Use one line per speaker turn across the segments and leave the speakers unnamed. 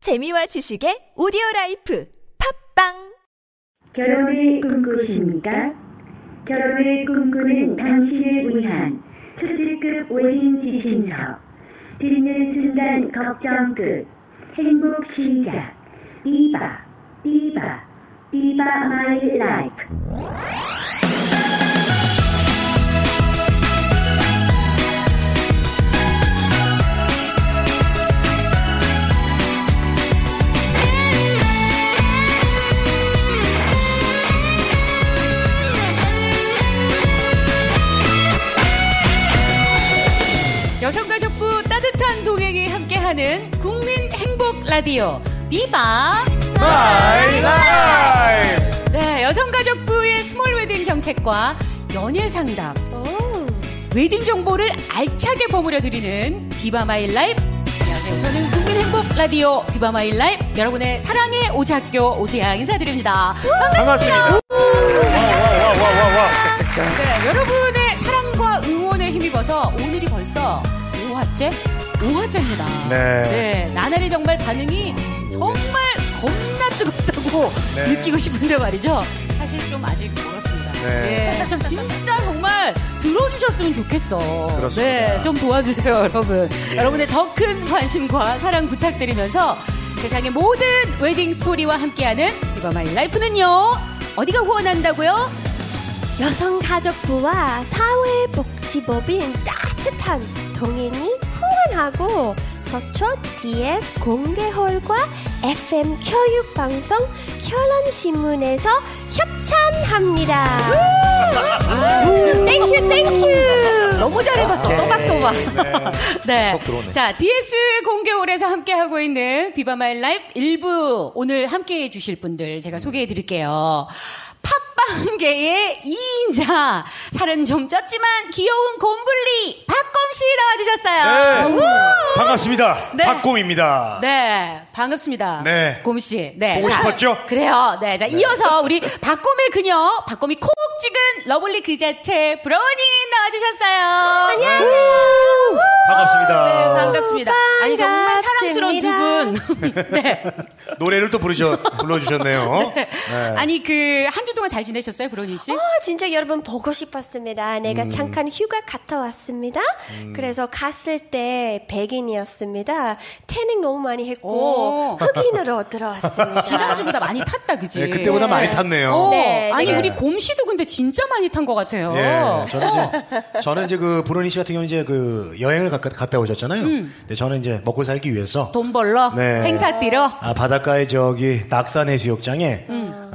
재미와 지식의 오디오 라이프 팝빵
결혼의 꿈꾸십니까? 결혼의 꿈꾸는 당신을 위한 초지급 외인 지신서 듣는 순간 걱정 끝 행복 시작 이바 이바 이바 마이 라이프
여성가족부 따뜻한 동행이 함께하는 국민 행복 라디오 비바.
마이 라이프
네, 여성가족부의 스몰 웨딩 정책과 연애 상담, 웨딩 정보를 알차게 버무려 드리는 비바 마이 라이프. 안녕하세요. 저는 국민 행복 라디오 비바 마이 라이프 여러분의 사랑의 오작교 오세양 인사드립니다.
반갑습니다 네. 와와와와와
네, 여러분의 사랑과 응원에 힘입어서 오늘이 벌써 5화째? 5화째입니다.
네.
나날이 정말 반응이 정말 겁나 뜨겁다고
네.
느끼고 싶은데 말이죠. 사실 좀 아직 멀었습니다.
네.
네, 참 진짜 정말 들어주셨으면 좋겠어.
그렇습니다.
네, 좀 도와주세요, 여러분.
예.
여러분의 더 큰 관심과 사랑 부탁드리면서 세상의 모든 웨딩 스토리와 함께하는 이번 마이 라이프는요. 어디가 후원한다고요?
여성가족부와 사회복지법인 따뜻한 동행이 후원하고 서초 DS 공개홀과 FM 교육방송 결혼신문에서 협찬합니다. 땡큐 땡큐.
너무 잘
아,
읽었어. 또박또박. 네.
쏙 네. 들어오네.
자, DS 공개홀에서 함께하고 있는 비바마일 라이프 일부 오늘 함께해 주실 분들 제가 소개해 드릴게요. 팝빵계의 2인자. 살은 좀 쪘지만 귀여운 곰블리 박곰씨 나와주셨어요.
네.
우!
반갑습니다
네.
박곰입니다
네, 반갑습니다.
네.
곰씨. 네.
보고
자,
싶었죠?
그래요. 네. 자, 이어서 우리 박곰의 그녀, 박곰이 콕 찍은 러블리 그 자체 브로니 나와주셨어요.
안녕하세요.
아, 반갑습니다
네, 반갑습니다. 아니 정말 사랑스러운 두 분. 네.
노래를 또 부르셔, 불러주셨네요 네.
아니 그 한 주 동안 잘 지내셨어요, 브로니 씨?
아, 진짜 여러분 보고 싶었습니다. 내가 잠깐 휴가 갔다 왔습니다. 그래서 갔을 때 백인이었습니다. 태닝 너무 많이
오.
했고 흑인으로 들어왔습니다.
지난주보다 많이 탔다, 그지?
네, 그때보다 많이 탔네요
어,
네,
아니
네.
우리 곰 씨도 근데 진짜 많이 탄 것 같아요.
예, 저는 이제 저는 이제 그 브로니 씨 같은 경우는 이제 그 여행을 가- 갔다 오셨잖아요. 근데 저는 이제 먹고 살기 위해서
돈 벌러
네.
행사 뛰러.
아, 바닷가에 저기 낙산 해수욕장에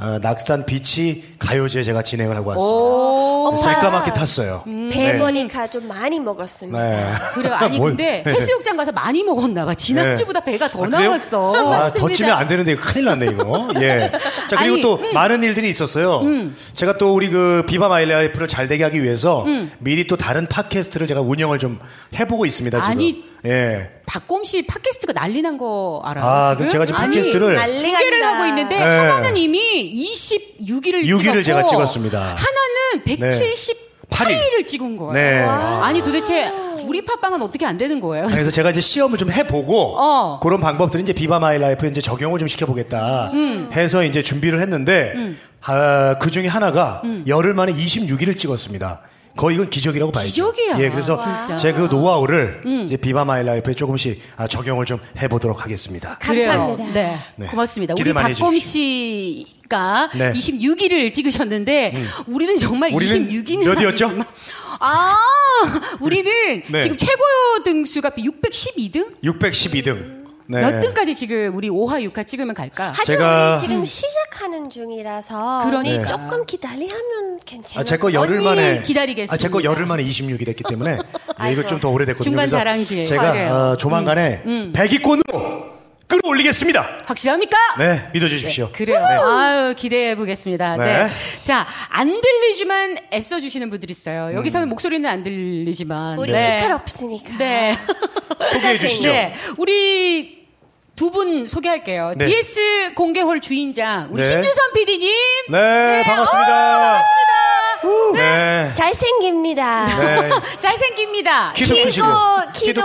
어, 낙산 비치 가요제 제가 진행을 하고 왔습니다. 네,
오.
새까맣게 탔어요.
음.
네.
배보니까 좀 많이 먹었습니다.
네.
그래 아니
뭘-
근데 해수욕장 가서 많이 먹었나 봐. 지난주보다
네.
배가 더
아, 그래요?
나왔어.
아, 더 찌면 안 되는데 이거 큰일 났네 이거. 예. 자 그리고
아니, 음.
또 많은 일들이 있었어요. 제가 또 우리 그 비바 마일라이프를 잘 되게 하기 위해서
음.
미리 또 다른 팟캐스트를 제가 운영을 좀 해보고 있습니다 지금.
아니.
예.
박곰 씨 팟캐스트가 난리 난 거 알아요?
아, 그럼 제가 지금 팟캐스트를
아니, 두 개를
난리가
하고 있는데
네.
하나는 이미 26일을 찍었고
6일을 제가 찍었습니다.
하나는 178일을 찍은 거예요.
네.
아니 도대체 우리 팟빵은 어떻게 안 되는 거예요?
아, 그래서 제가 이제 시험을 좀 해보고
어.
그런 방법들을 이제 비바 마일라이프 이제 적용을 좀 시켜보겠다
음.
해서 이제 준비를 했는데 아, 그 중에 하나가
음.
열흘 만에 26일을 찍었습니다. 거의 이건 기적이라고 봐야죠.
기적이야. 아,
예, 그래서
진짜. 음.
제 그 노하우를 이제 비바 마일라이프에 조금씩 아, 적용을 좀 해보도록 하겠습니다.
그래요.
감사합니다.
네.
네.
고맙습니다.
기대
우리
많이
박곰 씨가
네. 음.
26일을 찍으셨는데 우리는 정말
우리는
26일은
몇이었죠?
아, 우리는
네.
지금 최고 등수가 612등?
612등. 네.
몇 등까지 지금 우리 5화 6화 찍으면 갈까?
하지만
제가-
우리 지금 시작하는 중이라서
그러니까.
우리 조금 기다리면 괜찮아요.
아, 제 거 열흘
언니
만에
기다리겠습니다.
아, 제 거 열흘 만에 26일 했기 때문에 예, 이거
아이고.
좀 더 오래됐거든요.
중간
그래서
자랑질. 맞아요. 음.
제가 어, 조만간에 100위권으로 끌어올리겠습니다.
확실합니까?
네, 믿어주십시오.
그래요. 아유, 기대해 보겠습니다. 네.
네.
자, 안 들리지만 애써주시는 분들 있어요. 여기서는
음.
목소리는 안 들리지만.
우리
네.
시칼 없으니까.
네.
소개해 주시죠.
네. 우리 두 분 소개할게요.
네.
DS 공개홀 주인장, 우리
네.
신주선 PD님. 어,
네, 반갑습니다. 네.
잘생깁니다.
네.
잘생깁니다.
키도
키도-
크시고.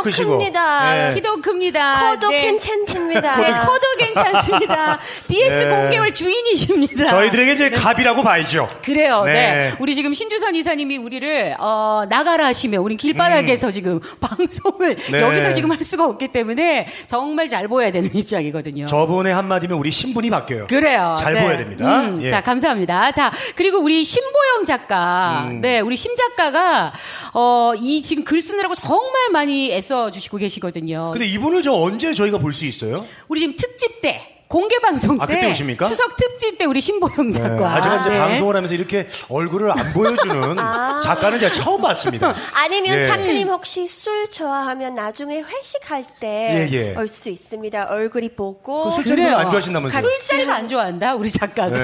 키도 큽니다.
네.
키도 큽니다.
코도
네.
괜찮습니다.
네, 코도 괜찮습니다. DS
네.
공개월 주인이십니다.
저희들에게 이제 갑이라고 봐야죠.
네. 그래요. 네.
네.
우리 지금 신주선 이사님이 우리를 어, 나가라 하시면 우린 길바닥에서 지금 방송을
음. 네.
여기서 지금 할 수가 없기 때문에 정말 잘 보여야 되는 입장이거든요.
저분의 한마디면 우리 신분이 바뀌어요.
그래요.
잘
네.
보여야 됩니다.
음,
예.
자, 감사합니다. 자, 그리고 우리 신보영 작가.
음.
네, 우리 심 작가가, 어, 이 지금 글 쓰느라고 정말 많이 애써주시고 계시거든요.
근데 이분을 저 언제 저희가 볼 수 있어요?
우리 지금 특집 때. 공개 방송 때
아, 그때 오십니까?
추석 특집 때 우리 신보영
네,
작가
제가 이제
네. 아.
방송을 하면서 이렇게 얼굴을 안 보여주는 작가는 제가 처음 봤습니다.
아니면
예.
차크님 혹시 술 좋아하면 나중에 회식할 때
예, 예.
올 수 있습니다. 얼굴이 보고
그 술자리를
그래요.
안 좋아하신다면서요?
술자리를 안 좋아한다 우리 작가가.
네.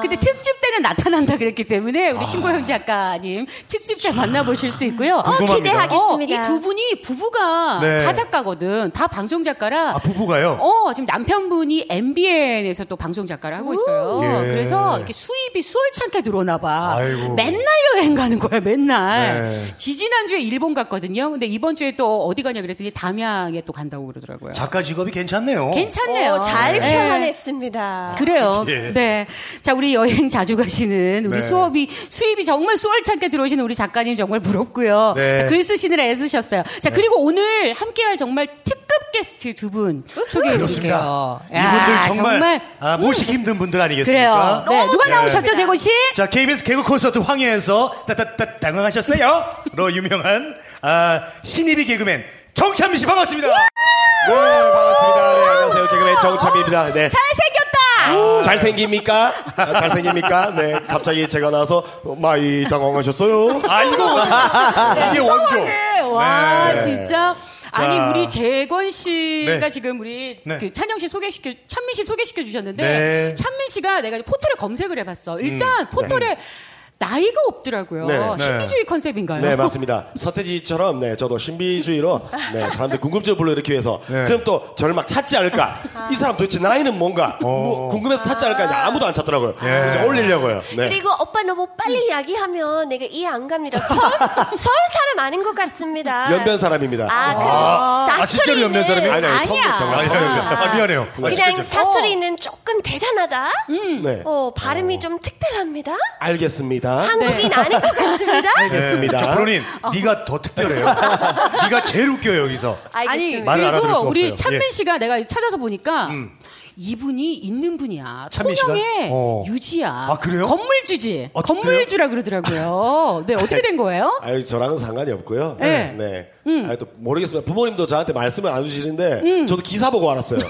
어, 근데 특집 때는 나타난다 그랬기 때문에
아.
우리 신보영 작가님 특집 때 만나보실 수 있고요.
어,
궁금합니다.
기대하겠습니다.
이 두 분이 부부가
네.
다 작가거든. 다 방송 작가라.
아, 부부가요?
어, 지금 남편분이 MBN에서 또 방송 작가를 하고 있어요.
예.
그래서 이렇게 수입이 수월찮게 들어오나 봐.
아이고.
맨날 여행 가는 거야, 맨날.
네.
지지난주에 일본 갔거든요. 근데 이번 주에 또 어디 가냐 그랬더니 담양에 또 간다고 그러더라고요.
작가 직업이 괜찮네요.
괜찮네요.
어, 잘
네.
표현했습니다.
그래요.
예.
네. 자, 우리 여행 자주 가시는 우리
네.
수업이 수입이 정말 수월찮게 들어오시는 우리 작가님 정말 부럽고요.
네.
자, 글 쓰시느라 애쓰셨어요. 자, 그리고 오늘 함께할 정말 특급 게스트 두 분 소개해 드릴게요.
그렇습니다. 이분들 정말, 아,
음,
모시기 힘든 분들
그래요.
아니겠습니까?
네. 누가
네.
나오셨죠, 재고 씨?
자, KBS 개그 콘서트 황해에서 따따따 당황하셨어요? 로 유명한 아, 신입이 개그맨 정찬민 씨 반갑습니다.
네, 반갑습니다. 네, 안녕하세요. 개그맨 정참입니다. 네.
잘생겼다.
잘생깁니까? 아, 잘생깁니까? 네. 갑자기 제가 나와서 많이 당황하셨어요.
아, 이거 이게 원조.
네. 와,
네.
진짜 아니
자.
우리 재건 씨가
네.
지금 우리
네.
그 찬영 씨 소개시켜 찬민 씨 소개시켜 주셨는데
네. 음.
찬민 씨가 내가 포털에 검색을 해봤어. 일단 포털에 나이가 없더라고요.
네, 네.
신비주의 컨셉인가요?
네, 맞습니다. 서태지처럼 네, 저도 신비주의로 네, 사람들 궁금증을 불러일으키기 위해서
네.
그럼 또 저를 막 찾지 않을까? 이 사람 도대체 나이는 뭔가? 뭐 궁금해서 찾지 않을까? 근데 아무도 안 찾더라고요. 그래서 올리려고요. 네.
그리고 오빠 너무
음.
빨리 이야기하면 내가 이해 안 갑니다. 서울, 서울 사람 아닌 것 같습니다.
연변 사람입니다.
아, 그 사투리는
아, 진짜로 연변 사람이?
아니, 아니,
아니야.
처음부터.
아, 미안해요. 아, 미안해요. 아,
그냥
시끄럽죠.
사투리는 조금 대단하다.
음.
네.
어, 발음이 좀 특별합니다.
알겠습니다. 네,
한국인
네.
아닌 것 같습니다.
알겠습니다.
예. 자, 네. 브로님,
어.
네가 더 특별해요. 네가 제일 웃겨요, 여기서.
아니
알겠습니다.
말을 알아들을 수
그리고 우리
없어요.
찬민
예. 음.
씨가 내가 찾아서 보니까 이분이 있는 분이야.
찬민 씨가?
통영의
어.
유지야.
아, 그래요?
건물주지.
아, 그래요?
건물주라 그러더라고요. 네 어떻게 된 거예요?
아유 저랑은 상관이 없고요.
네.
네. 아유 또 모르겠습니다. 부모님도 저한테 말씀을 안 주시는데
음.
저도 기사 보고 알았어요.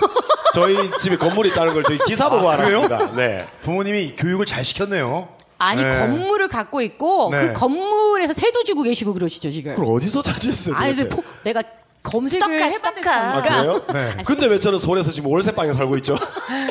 저희 집에 건물이 있다는 걸 저희 기사 보고
아, 그래요?
알았습니다. 네.
부모님이 교육을 잘 시켰네요.
아니
네.
건물을 갖고 있고
네.
그 건물에서 세도 주고 계시고 그러시죠 지금.
그걸 어디서 찾으셨어요?
아니
도대체?
근데 포, 내가 검색을
스토커,
해봤을
스토커.
아,
거니까.
그래요? 근데 왜 저는 서울에서 지금 월세방에 살고 있죠?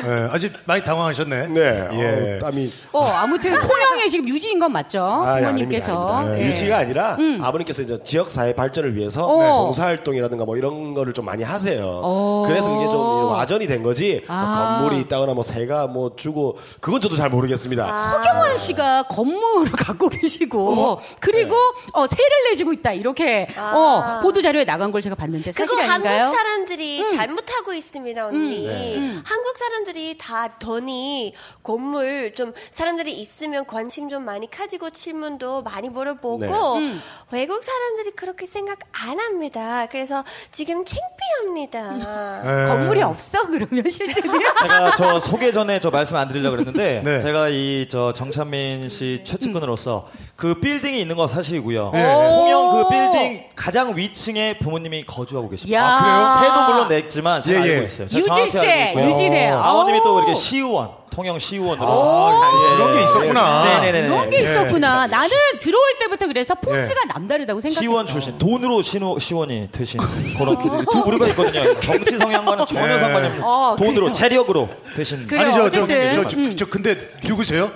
예, 아직 많이 당황하셨네.
네.
예.
어, 땀이.
어 아무튼 통영에 지금 유지인 건 맞죠?
아, 예,
어?
아닙니다,
부모님께서.
아닙니다.
네.
유지가 아니라 아버님께서 이제 지역 사회 발전을 위해서
어.
네, 봉사활동이라든가 뭐 이런 거를 좀 많이 하세요.
어.
그래서 그게 좀 와전이 된 거지. 뭐
아.
건물이 있다거나 뭐 새가 뭐 주고 그건 저도 잘 모르겠습니다.
아. 허경환 씨가 건물을 갖고 계시고 그리고
예.
어, 세를 내주고 있다 이렇게
아.
어, 보도 자료에 나간 걸 제가 봤는데 사실
그거
아닌가요? 음. 네.
한국 사람들이 잘못하고 있습니다, 언니.
네.
한국 사람들이 다 돈이 건물 좀 사람들이 있으면 관심 좀 많이 가지고 질문도 많이 물어보고
네.
음.
외국 사람들이 그렇게 생각 안 합니다. 그래서 지금 창피합니다.
예.
건물이 없어 그러면 실제로
제가 저 소개 전에 저 말씀 안 드리려고 그랬는데
네.
제가 이 저 정찬민 씨 최측근으로서 그 빌딩이 있는 건 사실이고요.
예,
네.
통영 그 빌딩 가장 위층에 부모님이 거주하고 계십니다.
야. 아, 그래요?
세도 물론 냈지만 제가
예, 예.
알고 있어요. 제가
유질세,
정확히 알고 있고요.
유지네요.
어, 아버님이
오.
또 이렇게 시의원, 통영 시의원으로 예.
그런 게 있었구나.
네네네.
그런
예,
게 있었구나. 나는 들어올 때부터 그래서 포스가 남다르다고 생각했어.
시원 출신 돈으로 신호, 시원이 되신 그런 분들이 두 부류가 있거든요. 정치 성향과는 전혀
네.
상관이 없는
어,
돈으로 체력으로 되신
그래요.
아니, 저, 저,
어쨌든.
저, 저, 저, 근데 누구세요?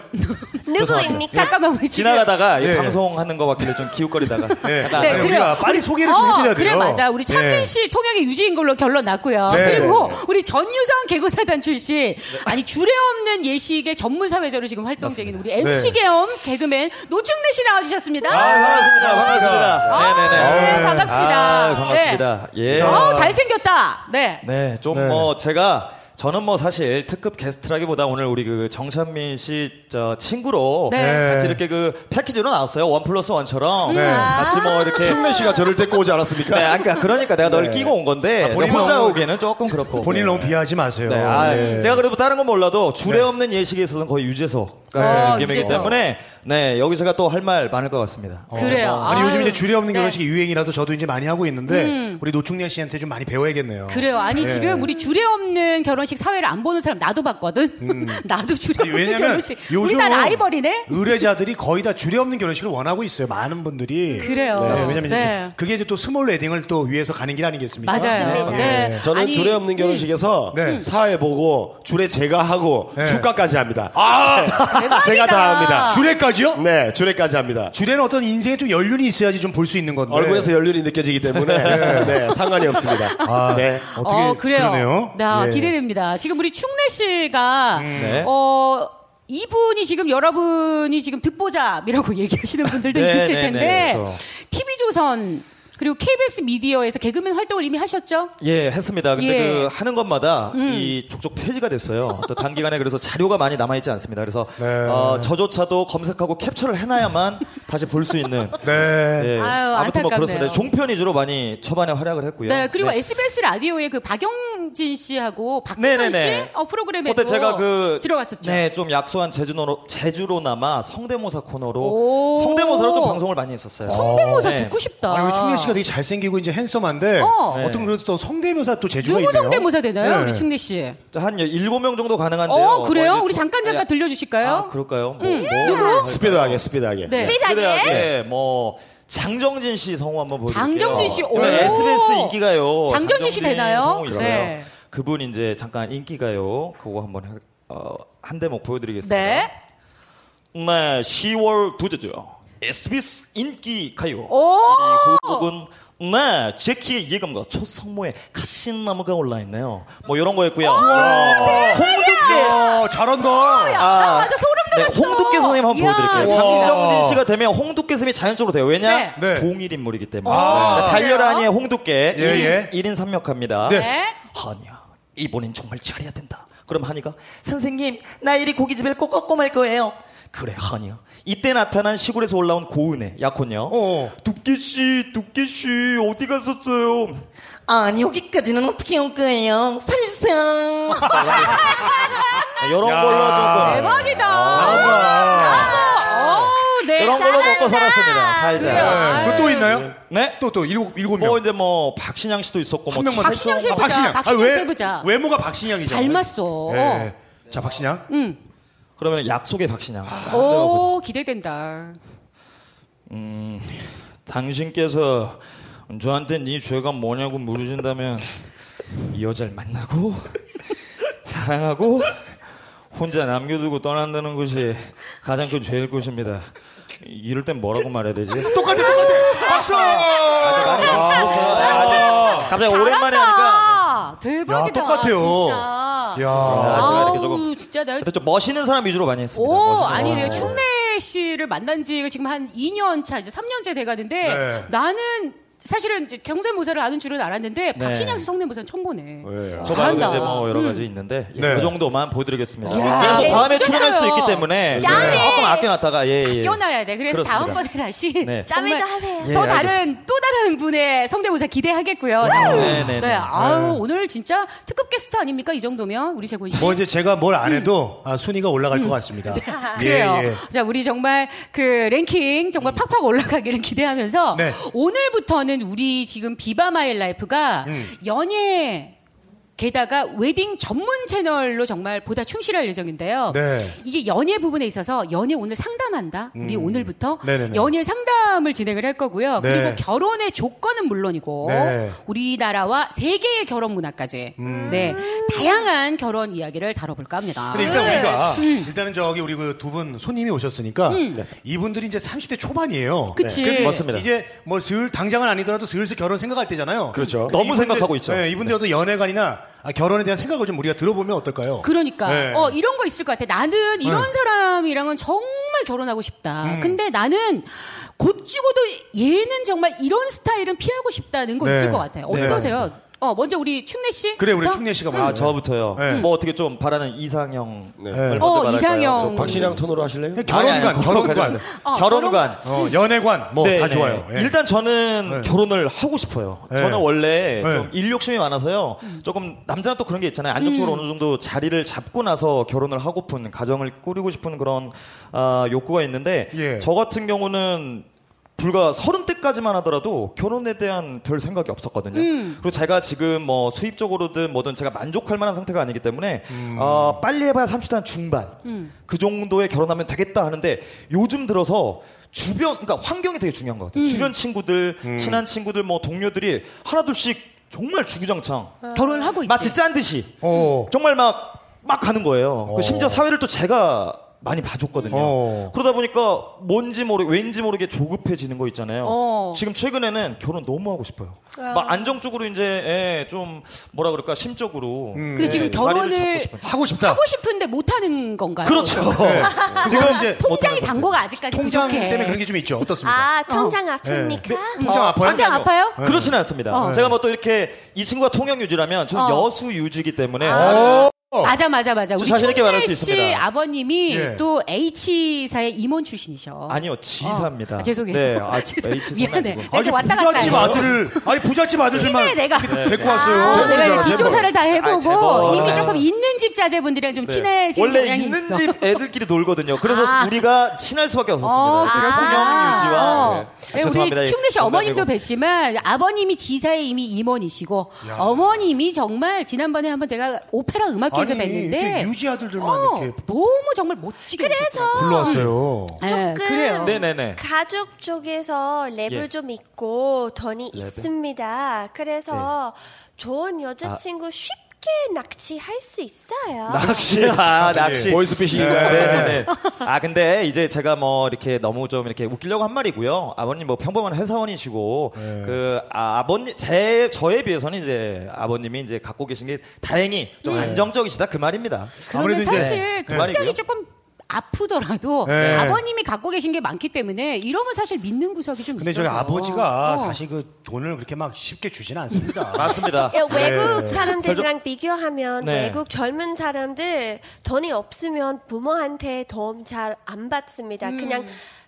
누구입니까?
잠깐만 우리 지금-
아, 지나가다가 이
예.
방송하는 거 같길래 좀 기웃거리다가
네.
잠깐
아니,
그래요.
우리가 빨리 소개를 좀
어,
해드려야 돼요.
그래 맞아. 우리
예.
찬민 씨 통영의 유지인 걸로 결론 났고요.
네.
그리고 우리 전유성 개그사단 출신 아니 주례 없는 예식의 전문 사회자로 지금 활동 중인 우리 MC
네.
개엄 개그맨 노충래 씨 나와주셨습니다.
아, 반갑습니다. 반갑습니다.
아,
네네네.
네, 반갑습니다.
아, 반갑습니다. 예.
어 잘생겼다. 네.
네, 좀 뭐 제가 저는 뭐 사실 특급 게스트라기보다 오늘 우리 그 정찬민 씨 저 친구로
네.
같이 이렇게 그 패키지로 나왔어요. 원 플러스 원처럼
네.
같이 뭐 이렇게
흉내 씨가 저를 데리고 오지 않았습니까?
네, 아까 그러니까 내가 널
아. 네.
끼고 온 건데
아, 본인
내가 혼자
너무-
오기에는 조금 그렇고.
본인
네.
너무 비하하지 마세요.
네, 아,
예.
제가 그래도 다른 건 몰라도 줄에
네. 아,
없는 예식에 있어서는 거의 유재석
네.
같은 느낌이기
유재석.
때문에 네 여기 제가 또 할 말 많을 것 같습니다.
그래요.
어, 아니 요즘
그러니까. 아유,
이제 줄이
네.
없는
음.
결혼식이 유행이라서 저도 이제 많이 하고 있는데 우리 노충래 씨한테 좀 많이 배워야겠네요.
그래요. 아니 지금 우리 줄에 없는 결혼식 사회를 안 보는 사람 나도 봤거든. 나도 줄에
음. 아니,
없는
왜냐면
결혼식. 우리
요즘
다 라이벌이네.
의뢰자들이 거의 다 줄이 없는 결혼식을 원하고 있어요. 많은 분들이
그래요.
네, 왜냐면 이제
네.
좀 그게 이제 또 스몰 웨딩을 또 위해서 가는 길 아니겠습니까?
맞아요.
맞습니다.
네.
저는
아니,
줄에 없는 결혼식에서 음.
네.
사회 보고 줄에 제가 하고
네. 아!
주가까지 합니다. 네. 제가 다 합니다.
주례까지요?
네, 줄에까지 합니다.
주례는 어떤 인생에 좀 연륜이 있어야지 좀 볼 수 있는 건데.
얼굴에서 연륜이 느껴지기 때문에 네, 상관이 없습니다.
네. 아,
네.
어떻게
어, 그래요.
그러네요.
나
예.
기대됩니다. 지금 우리 충래 씨가
네.
어 이분이 지금 여러분이 지금 듣보잡이라고 얘기하시는 분들도
네,
있으실
네,
텐데
네, 그렇죠.
TV 조선 그리고 KBS 미디어에서 개그맨 활동을 이미 하셨죠?
예, 했습니다. 근데
예. 음.
그 하는 것마다 이 족족 폐지가 됐어요. 또 단기간에 그래서 자료가 많이 남아 있지 않습니다. 그래서
네.
어, 저조차도 검색하고 캡처를 해놔야만 다시 볼 수 있는.
네.
예,
아유,
아무튼 뭐
안타깝네요.
그렇습니다. 종편 위주로 많이 초반에 활약을 했고요.
네, 그리고
네.
SBS 라디오에 그 박영진 씨하고 박지선
네네네.
씨 어, 프로그램에도
그때 제가 그
들어갔었죠.
네, 좀 약소한 제주로 제주로나마 성대모사
오.
코너로 성대모사로 좀 방송을 많이 했었어요.
성대모사
네.
듣고 싶다.
아니, 우리 충래 씨가 되게 잘생기고 이제 핸섬한데
어.
어.
네.
떤 그래서 또 성대묘사 또 재주가
누구
있네요.
성대모사 되나요,
네.
우리 충래 씨?
한 일곱 명 정도 가능한데요.
어,
어,
그래요?
이제
우리
조-
잠깐 잠깐
아니,
들려주실까요? 음.
아, 그럴까요? 뭐, 뭐,
스피드하게, 스피드하게.
네.
스피드하게 뭐 장정진 씨 성우 한번 보여드릴게요.
장정진 씨, 오.
네, SBS 인기가요.
장정진 씨 되나요?
성우 있어요.
네.
그분 이제 잠깐 인기가요. 그거 한번 해- 어, 한 대목 보여드리겠습니다.
네.
네, 10월 둘째죠. SBS 인기 가요.
오!
이 곡은 네, 제키의 예감과 초성모의 카신나무가 올라있네요. 뭐 이런 거였고요. 어, 홍두깨.
와, 어, 잘한다.
아,
맞아, 소름
네,
돋았어.
홍두깨 선생님 한번
이야,
보여드릴게요.
진짜.
와.
장정진 씨가 되면 홍두깨 선생님이 자연적으로 돼요. 왜냐?
네. 네.
동일 인물이기 때문에.
아.
자, 달려라 아니에 홍두깨.
예, 예.
1인, 3역합니다.
네.
네.
한이야, 이번엔 정말 잘해야 된다. 그럼 한이가 선생님, 나 이리 고깃집에 꼭 꺾고 말 거예요. 그래, 한이야. 이때 나타난 시골에서 올라온 고은혜, 약혼녀.
어.
두께씨, 두께씨, 어디 갔었어요?
아니 여기까지는 어떻게 올 거예요? 살려주세요.
아, 이런
야.
걸로 조금.
대박이다. 어, 네.
이런 아, 걸로 먹고 살았습니다. 살자.
그래요.
네. 그거 또 있나요?
네?
또 또 일곱 일곱 명.
뭐
어,
이제 뭐 박신양 씨도 있었고
한
뭐
명만
박신양 씨
아,
해보자.
박신양.
박신양
아,
씨 해보자.
외모가 박신양이죠.
닮았어.
네.
음.
예. 자, 박신양.
그러면 약속의 박신양.
아.
아, 뭐
오, 기대된다.
당신께서 저한테 네 죄가 뭐냐고 물으신다면 이 여자를 만나고 사랑하고 혼자 남겨두고 떠난다는 것이 가장 큰 죄일 것입니다. 이럴 땐 뭐라고 말해야 되지?
똑같아, 똑같아. 박수!
갑자기 오랜만에 하니까
아, 대박이다.
야, 똑같아요.
진짜.
야.
제가 이렇게
아우,
조금-
진짜 나
그때 좀 멋있는 사람 위주로 많이 했습니다.
오,
멋있는 네. 사람.
아니래요. 충래 씨를 만난 지가 지금 한 2년 차, 이제 3년째 돼가는데
네.
나는 사실은 이제 경제모사를 아는 줄은 알았는데
네.
박신양 씨 성대모사는 처음 보네.
네.
저 말고
잘한다.
이제 뭐 여러 가지 있는데
네.
그 정도만 보여드리겠습니다.
이야.
그래서
네,
다음에
진짜
출연할 수도
잘해요.
있기
네.
때문에 네, 조금 아껴놨다가 예, 예.
껴놔야 돼. 그래서
그렇습니다.
다음번에 다시
네.
짬에도
정말
하세요.
예,
또
알겠습니다.
다른 또 다른 분의 성대모사 기대하겠고요.
네, 네, 네.
아우 오늘 진짜 특급 게스트 아닙니까 이 정도면 우리 재곤 씨.
뭐 이제 제가 뭘 안 해도 아, 순위가 올라갈 것 같습니다.
음.
예,
예,
그래요. 자, 우리 정말 그 랭킹 정말 팍팍 올라가기를 기대하면서
네.
오늘부터는 우리 지금 비바 마일 라이프가
음.
연예 게다가 웨딩 전문 채널로 정말 보다 충실할 예정인데요.
네.
이게 연예 부분에 있어서 연예 오늘 상담한다. 우리 오늘부터
음. 네네네.
연예 상담을 진행을 할 거고요.
네.
그리고 결혼의 조건은 물론이고
네. 음.
우리나라와 세계의 결혼 문화까지 네 다양한 결혼 이야기를 다뤄볼까 합니다.
근데 일단 우리가
음.
일단은 저기 우리 그 두 분 손님이 오셨으니까 네. 이분들이 이제 30대 초반이에요.
그치.
네. 그럼
맞습니다.
이제 뭐 슬, 당장은 아니더라도 슬슬 결혼 생각할 때잖아요.
그렇죠.
근데
너무 생각하고 있죠.
네, 이분들 어떤 연애관이나 아, 결혼에 대한 생각을 좀 우리가 들어보면 어떨까요?
그러니까
네.
어 이런 거 있을 것 같아. 나는 이런
네.
사람이랑은 정말 결혼하고 싶다.
음.
근데 나는 곧 죽어도 얘는 정말 이런 스타일은 피하고 싶다는 거
네.
있을 것 같아요.
네.
어떠세요? 어, 먼저 우리 충래 씨?
그래 우리 충래 씨가 먼저.
아 저부터요.
네.
뭐 어떻게 좀 바라는 이상형.
네.
네.
어,
먼저 말할까요?
이상형.
좀
박신양 톤으로 하실래요?
아니, 아니,
결혼관
그거 가지
결혼관
마세요.
어,
결혼관.
어, 연애관 뭐
네,
다
네.
좋아요. 예.
일단 저는
네.
결혼을 하고 싶어요.
네.
저는 원래
네.
좀 일욕심이 많아서요. 조금 남자는 또 그런 게 있잖아요. 안정적으로 어느 정도 자리를 잡고 나서 결혼을 하고픈 가정을 꾸리고 싶은 그런 아, 욕구가 있는데
예.
저 같은 경우는 불과 서른 때까지만 하더라도 결혼에 대한 별 생각이 없었거든요. 네.
음.
그리고 제가 지금 뭐 수입적으로든 뭐든 제가 만족할 만한 상태가 아니기 때문에
음.
어, 빨리 해봐야 30대 중반 그 정도에 결혼하면 되겠다 하는데 요즘 들어서 주변 그러니까 환경이 되게 중요한 것
음.
같아요. 주변 친구들, 친한 친구들, 뭐 동료들이 하나둘씩 정말 주구장창
결혼을 하고 있지.
마치 짠 듯이
어.
정말 막, 막 가는 거예요. 그 심지어 사회를 또 제가 많이 봐줬거든요.
어.
그러다 보니까 뭔지 모르, 왠지 모르게 조급해지는 거 있잖아요.
어.
지금 최근에는 결혼 너무 하고 싶어요.
아.
막 안정적으로 이제, 예, 좀, 뭐라 그럴까, 심적으로.
음,
그
예.
지금
자리를
결혼을
잡고 싶어요.
하고 싶다.
하고 싶은데 못 하는 건가요?
그렇죠.
예. 지금 이제
통장이 잔고가 아직까지
통장
부족해.
때문에 그런 게 좀 있죠. 어떻습니까?
아, 통장
네.
아픕니까?
통장
아,
아파요? 예.
통장 아파요?
그렇지는 않습니다.
어.
제가 뭐 또 이렇게 이 친구가 통영 유지라면 저는
어.
여수 유지기 때문에
맞아 맞아 맞아. 우리
자신 있게 말할
충래
수
씨
있습니다.
아버님이
예.
또 H사의 임원 출신이셔.
아니요 지사입니다.
아, 죄송해요.
네, 아,
죄송-
H사는
미안해.
아니고.
내가 왔다 갔다
부잣집
해요.
아들을 아니 부잣집
심해
아들들만
내가.
데리고
어, 내가 이렇게
왔어요.
네. 제보잖아,
뒷조사를 다
아이,
해보고
제보.
이미
아.
조금 있는 집 자제분들이랑 좀
네.
친해진
원래
경향이
있는
있어.
집 애들끼리 놀거든요. 그래서
아.
우리가 친할 수밖에
어,
없었습니다. 그래서
그렇구나.
통영 유지와
어.
네.
네,
죄송합니다.
우리 충래 씨 어머님도
농담이고.
뵀지만 아버님이 지사에 이미 임원이시고 어머님이 정말 지난번에 한번 제가 오페라 음악회에서
이렇게
뵀는데
유지 아들들만
어,
이렇게
너무 정말 멋지게 그래서
불러왔어요.
조금
그래요.
네네네.
가족 쪽에서 랩을
예.
좀 있고 돈이 있습니다. 그래서
네.
좋은 여자친구
아.
쉽게 낚시할 수 있어요.
낚시 아
네.
낚시
네. 보이스피싱.
네네네. 아 근데 이제 제가 뭐 이렇게 너무 좀 이렇게 웃기려고 한 말이고요. 아버님 뭐 평범한 회사원이시고
네.
그 아, 버님제 저에 비해서는 이제 아버님이 이제 갖고 계신 게 다행히 좀
네.
안정적이시다 그 말입니다.
그러면
아무래도 이제-
사실
네.
굉장히
말이고요.
조금 아프더라도
네.
아버님이 갖고 계신 게 많기 때문에 이러면 사실 믿는 구석이 좀
근데
있어서
저희 아버지가
어.
사실 그 돈을 그렇게 막 쉽게 주지는
아,
않습니다.
맞습니다.
예, 외국 사람들이랑 비교하면
네.
외국 젊은 사람들 돈이 없으면 부모한테 도움 잘 안 받습니다. 그냥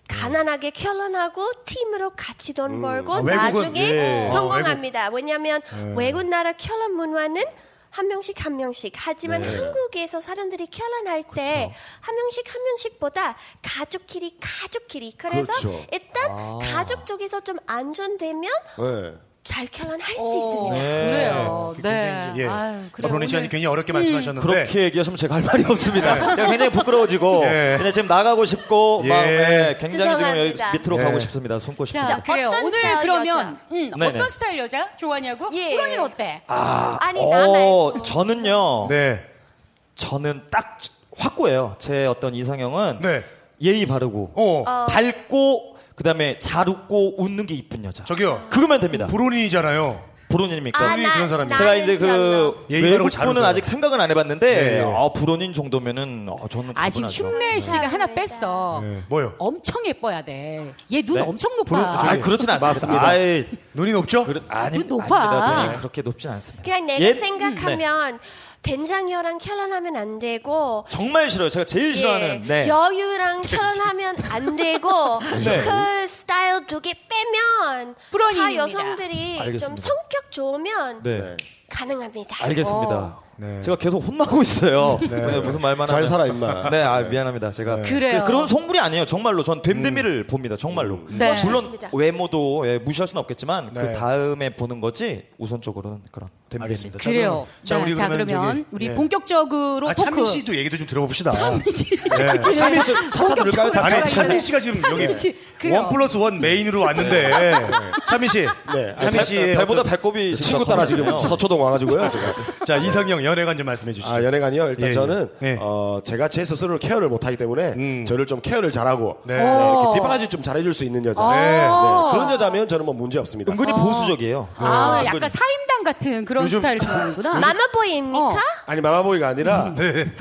가난하게 결혼하고 팀으로 같이 돈 벌고
아, 외국은?
나중에
예. 네.
성공합니다. 왜냐하면 외국 나라 결혼 문화는 한 명씩 한 명씩 하지만
네.
한국에서 사람들이 결혼할 때
그렇죠.
한 명씩 한 명씩보다 가족끼리 가족끼리 그래서
그렇죠.
일단
아.
가족 쪽에서 좀 안전되면
네.
잘 결혼할
어.
수 있습니다.
네.
그래요. 네.
굉장히 이제, 예.
아유, 그래.
브로니 씨한테
오늘
굉장히 어렵게 말씀하셨는데
그렇게 얘기하시면 제가 할 말이 없습니다. 제가 굉장히 부끄러워지고
네. 예.
그냥 지금 나가고 싶고
예.
막 예, 굉장히 지금 여기
죄송합니다.
밑으로
예.
가고 싶습니다. 숨고 싶습니다.
자, 그래요.
어떤
오늘
스타일
그러면 음,
네네.
어떤 스타일 여자 좋아하냐고?
예.
그러니 어때?
아니 나
어,
말고
저는요.
네.
저는 딱 확고해요. 제 어떤 이상형은
네.
예의 바르고
아.
어.
밝고 그다음에 잘 웃고 웃는 게 이쁜 여자.
저기요.
그거면 됩니다.
브로니잖아요.
불운입니까?
아,
형님이 그런 사람이에요.
제가
나는
이제 그
별로.
예의 바르고
외국
잘
분은
웃어요.
아직 생각은 안 해봤는데
예, 예.
아, 불운인 정도면은 어, 저는
아직
충분하죠.
네.
흉내 씨가 하나 뺐어.
네. 뭐요?
엄청 예뻐야 돼. 얘 눈
네?
엄청 높아.
아, 그렇진
네.
않습니다.
맞습니다.
아이,
눈이 높죠?
그렇, 아니,
눈 높아.
아닙니다. 눈이 그렇게 높진 않습니다.
그냥 내가
예?
생각하면 된장녀랑 결혼하면 안 되고
정말 싫어요. 제가 제일 싫어하는. 네.
예. 여유랑 결혼하면 안 되고 그 스타일 두 개 빼면 다
불원입니다.
여성들이 좀
알겠습니다.
성격 좋으면
네.
가능합니다.
알겠습니다.
어.
네.
제가 계속 혼나고 있어요. 그냥 무슨 말만
잘
하면.
살아 임마.
네, 아, 미안합니다. 제가
그래요.
그런 성물이 아니에요. 정말로 전 됨됨이를 봅니다. 정말로.
네.
물론
멋있습니다.
외모도 예, 무시할 수는 없겠지만
네.
그 다음에 보는 거지 우선적으로는 그런 됨됨이.
알겠습니다. 자,
그래요.
자,
네,
우리
자,
그러면
그러면,
저기,
우리
예.
본격적으로
아,
토크.
찬민 씨도 얘기도 좀 들어봅시다.
씨.
네.
차차
차차 들을까요? 차차.
아니, 찬민 씨가 지금 여기
씨, 그래요. 네.
원 플러스 원 메인으로 왔는데 찬민 씨,
네.
찬민 씨의
배보다
어떤-
배꼽이
친구 따라 지금 서초동 와가지고요. 제가.
자 이상형 연애관 좀 말씀해 주시죠.
아 연애관이요. 일단
예,
저는
예.
어, 제가 제 스스로를 케어를 못하기 때문에
음.
저를 좀 케어를 잘하고
네.
네,
어.
이렇게 뒷바라지 좀
아.
잘해줄 수 있는 여자.
네,
네, 그런 여자면 저는 뭐 문제 없습니다.
은근히 보수적이에요. 네.
아,
은근히.
약간 사임당 쌈장 같은 그런
요즘-
스타일을 좋아하는구나.
네. 마마보이입니까?
어.
아니 마마보이가 아니라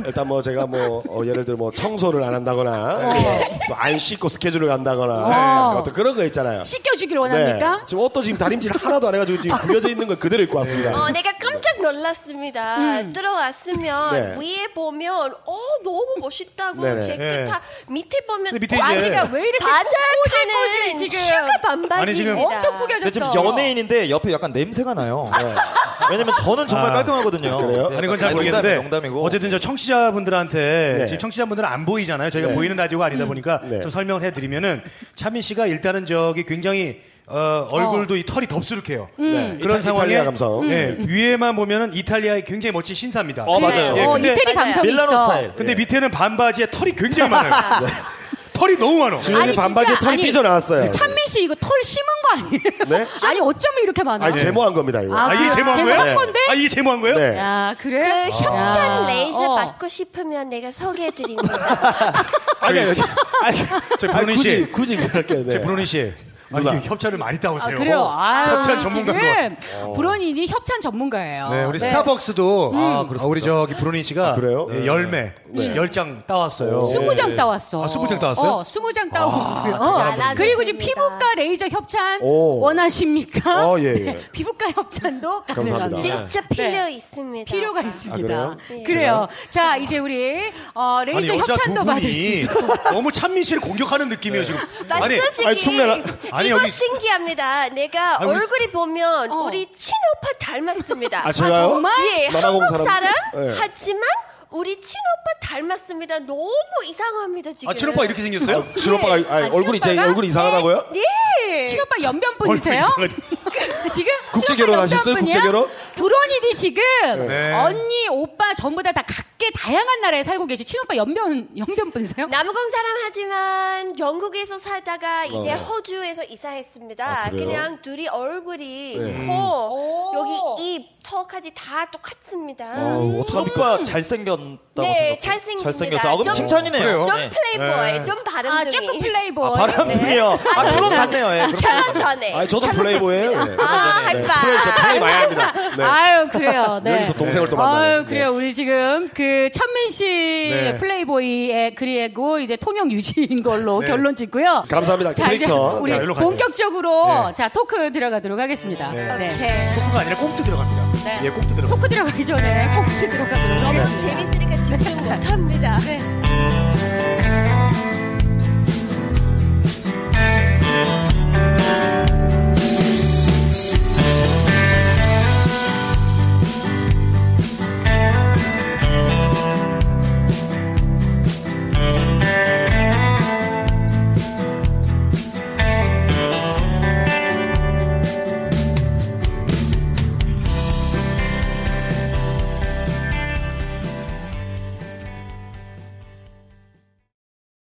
일단 뭐 제가 뭐 어, 예를 들어 뭐 청소를 안 한다거나 네, 또 안 씻고 스케줄을 간다거나 네,
어.
어떤 그런 거 있잖아요.
씻겨주길 원합니까?
네. 지금 옷도 지금 다림질 하나도 안 해가지고 지금 구겨져 있는 걸 그대로 입고 왔습니다.
네.
어, 내가 깜짝 놀랐습니다.
음.
들어왔으면
네.
위에 보면 어 너무 멋있다고
네네.
재킷 다 밑에 보면
근데 밑에
바-
이제-
바지가 왜 이렇게 꼬질꼬질
바닥에는
지금
슈가
아니, 지금-
반바지입니다.
엄청
근데 지금
구겨졌어.
연예인인데 옆에 약간 냄새가 나요. 왜냐면 저는 정말
아.
깔끔하거든요.
그래요?
네,
아니 그건 잘 모르겠는데
농담이- 농담이고.
어쨌든 저 청취자분들한테
네.
지금 청취자분들은 안 보이잖아요. 저희가
네.
보이는 라디오가 아니다 보니까
네.
좀 설명을 해드리면은 차민 씨가 일단은 저기 굉장히 어, 얼굴도 이 털이 덥수룩해요.
음.
네.
그런
이탈-
상황에
이탈리아 감성. 음.
예, 위에만 보면은 이탈리아의 굉장히 멋진 신사입니다.
어, 맞아요.
예,
어,
근데,
이태리
맞아요.
감성이
밀라노
있어.
스타일.
근데 밑에는 반바지에 털이 굉장히 많아요. 털이 너무 많아.
네. 지금
아니,
반바지에
진짜,
털이
아니, 그
삐져나왔어요.
찬민 씨 이거 털 심은 거 아니에요?
네?
아니 어쩌면 이렇게 많아?
아니 제모한 겁니다 이거.
아, 이게 제모한 거예요?
제모한 건데?
아, 이게 제모한 거예요?
네.
야 그래?
그 협찬
야.
레이저
아. 어.
받고 싶으면 내가 소개해드립니다.
아니 아니. 아니,
저
아니,
브로니
굳이
씨.
굳이 그렇게. 네.
저 브로니 씨. 아니,
누가?
협찬을 많이 따오세요.
아, 그래요. 아,
어. 협찬 전문가인 것 같아요.
지금 브로니니 협찬 전문가예요.
네, 우리 스타벅스도 아,
그렇습니다.
우리 저기 브로니 씨가
아, 그래요?
네, 열매 열 장 따왔어요.
스무 장 따왔어.
아, 20장 따왔어요?
어, 스무 장 따오고.
대단합니다.
그리고 지금 피부과 레이저 협찬
오.
원하십니까?
어, 예, 예.
피부과 협찬도 가능합니다.
감사합니다.
진짜 필요
네.
있습니다.
필요가 있습니다. 예.
아,
그래요?
그래요?
자, 이제 우리 어,
아니
레이저
여자 두
협찬도 받을 수
분이
있는
너무 찬민 씨를 공격하는 느낌이에요 지금.
나 솔직히
아니, 충렬하-
아니,
이거
여기-
신기합니다. 내가
아니, 우리-
얼굴이 보면
어.
우리 친오빠 닮았습니다.
아 제가요?
정말?
예,
남아공
한국 사람,
사람? 예.
하지만 우리 친오빠 닮았습니다. 너무 이상합니다 지금. 네.
아 친오빠 이렇게 생겼어요?
친오빠가 아니,
아,
얼굴이 제
친오빠가?
얼굴이 이상하다고요?
예.
친오빠 연변분이세요?
얼굴
지금
국제
친오빠
결혼하셨어요?
연변분이야?
국제 결혼?
불원이니 지금
네.
언니 오빠 전부 다 다 각계 다양한 나라에 살고 계시. 친오빠 연변 연변분이세요?
남아공 사람 하지만 영국에서 살다가 이제
어.
호주에서 이사했습니다.
아, 그래요?
그냥 둘이 얼굴이
네.
음.
코,
오.
여기 입, 턱까지 다 똑같습니다.
아,
어, 오빠 잘생겼다고
음. 네,
생각해요.
잘생깁니다.
잘생겼어서. 아, 그럼
좀-
칭찬이네요.
그래요?
좀 네.
네.
플레이보이, 좀
아,
바람둥이.
조금 플레이보이.
아, 바람둥이요. 아, 그건 같네요. 예, 그럼
결혼 전에.
아니 저도 플레이보예요. 예.
네. 아, 하이파.
플레이 저 플레이 많이 합니다. 네.
아유 그래요. 네.
여기서 동생을 또 만나요.
아유 그래요. 우리 지금 그 천민 씨
네.
플레이보이의 그리고 이제 통영 유지인 걸로 결론 짓고요.
네. 감사합니다. 그
자 이제
캐릭터.
우리
자,
일로 가세요.
본격적으로
네.
자 토크 들어가도록 하겠습니다. 네.
토크가 아니라 꽁트 들어갑니다.
네.
예, 꽁트 들어갑니다.
토크 들어가기 전에 꽁트 들어가도록
너무
하겠습니다.
재밌으니까 집중 못합니다.
네.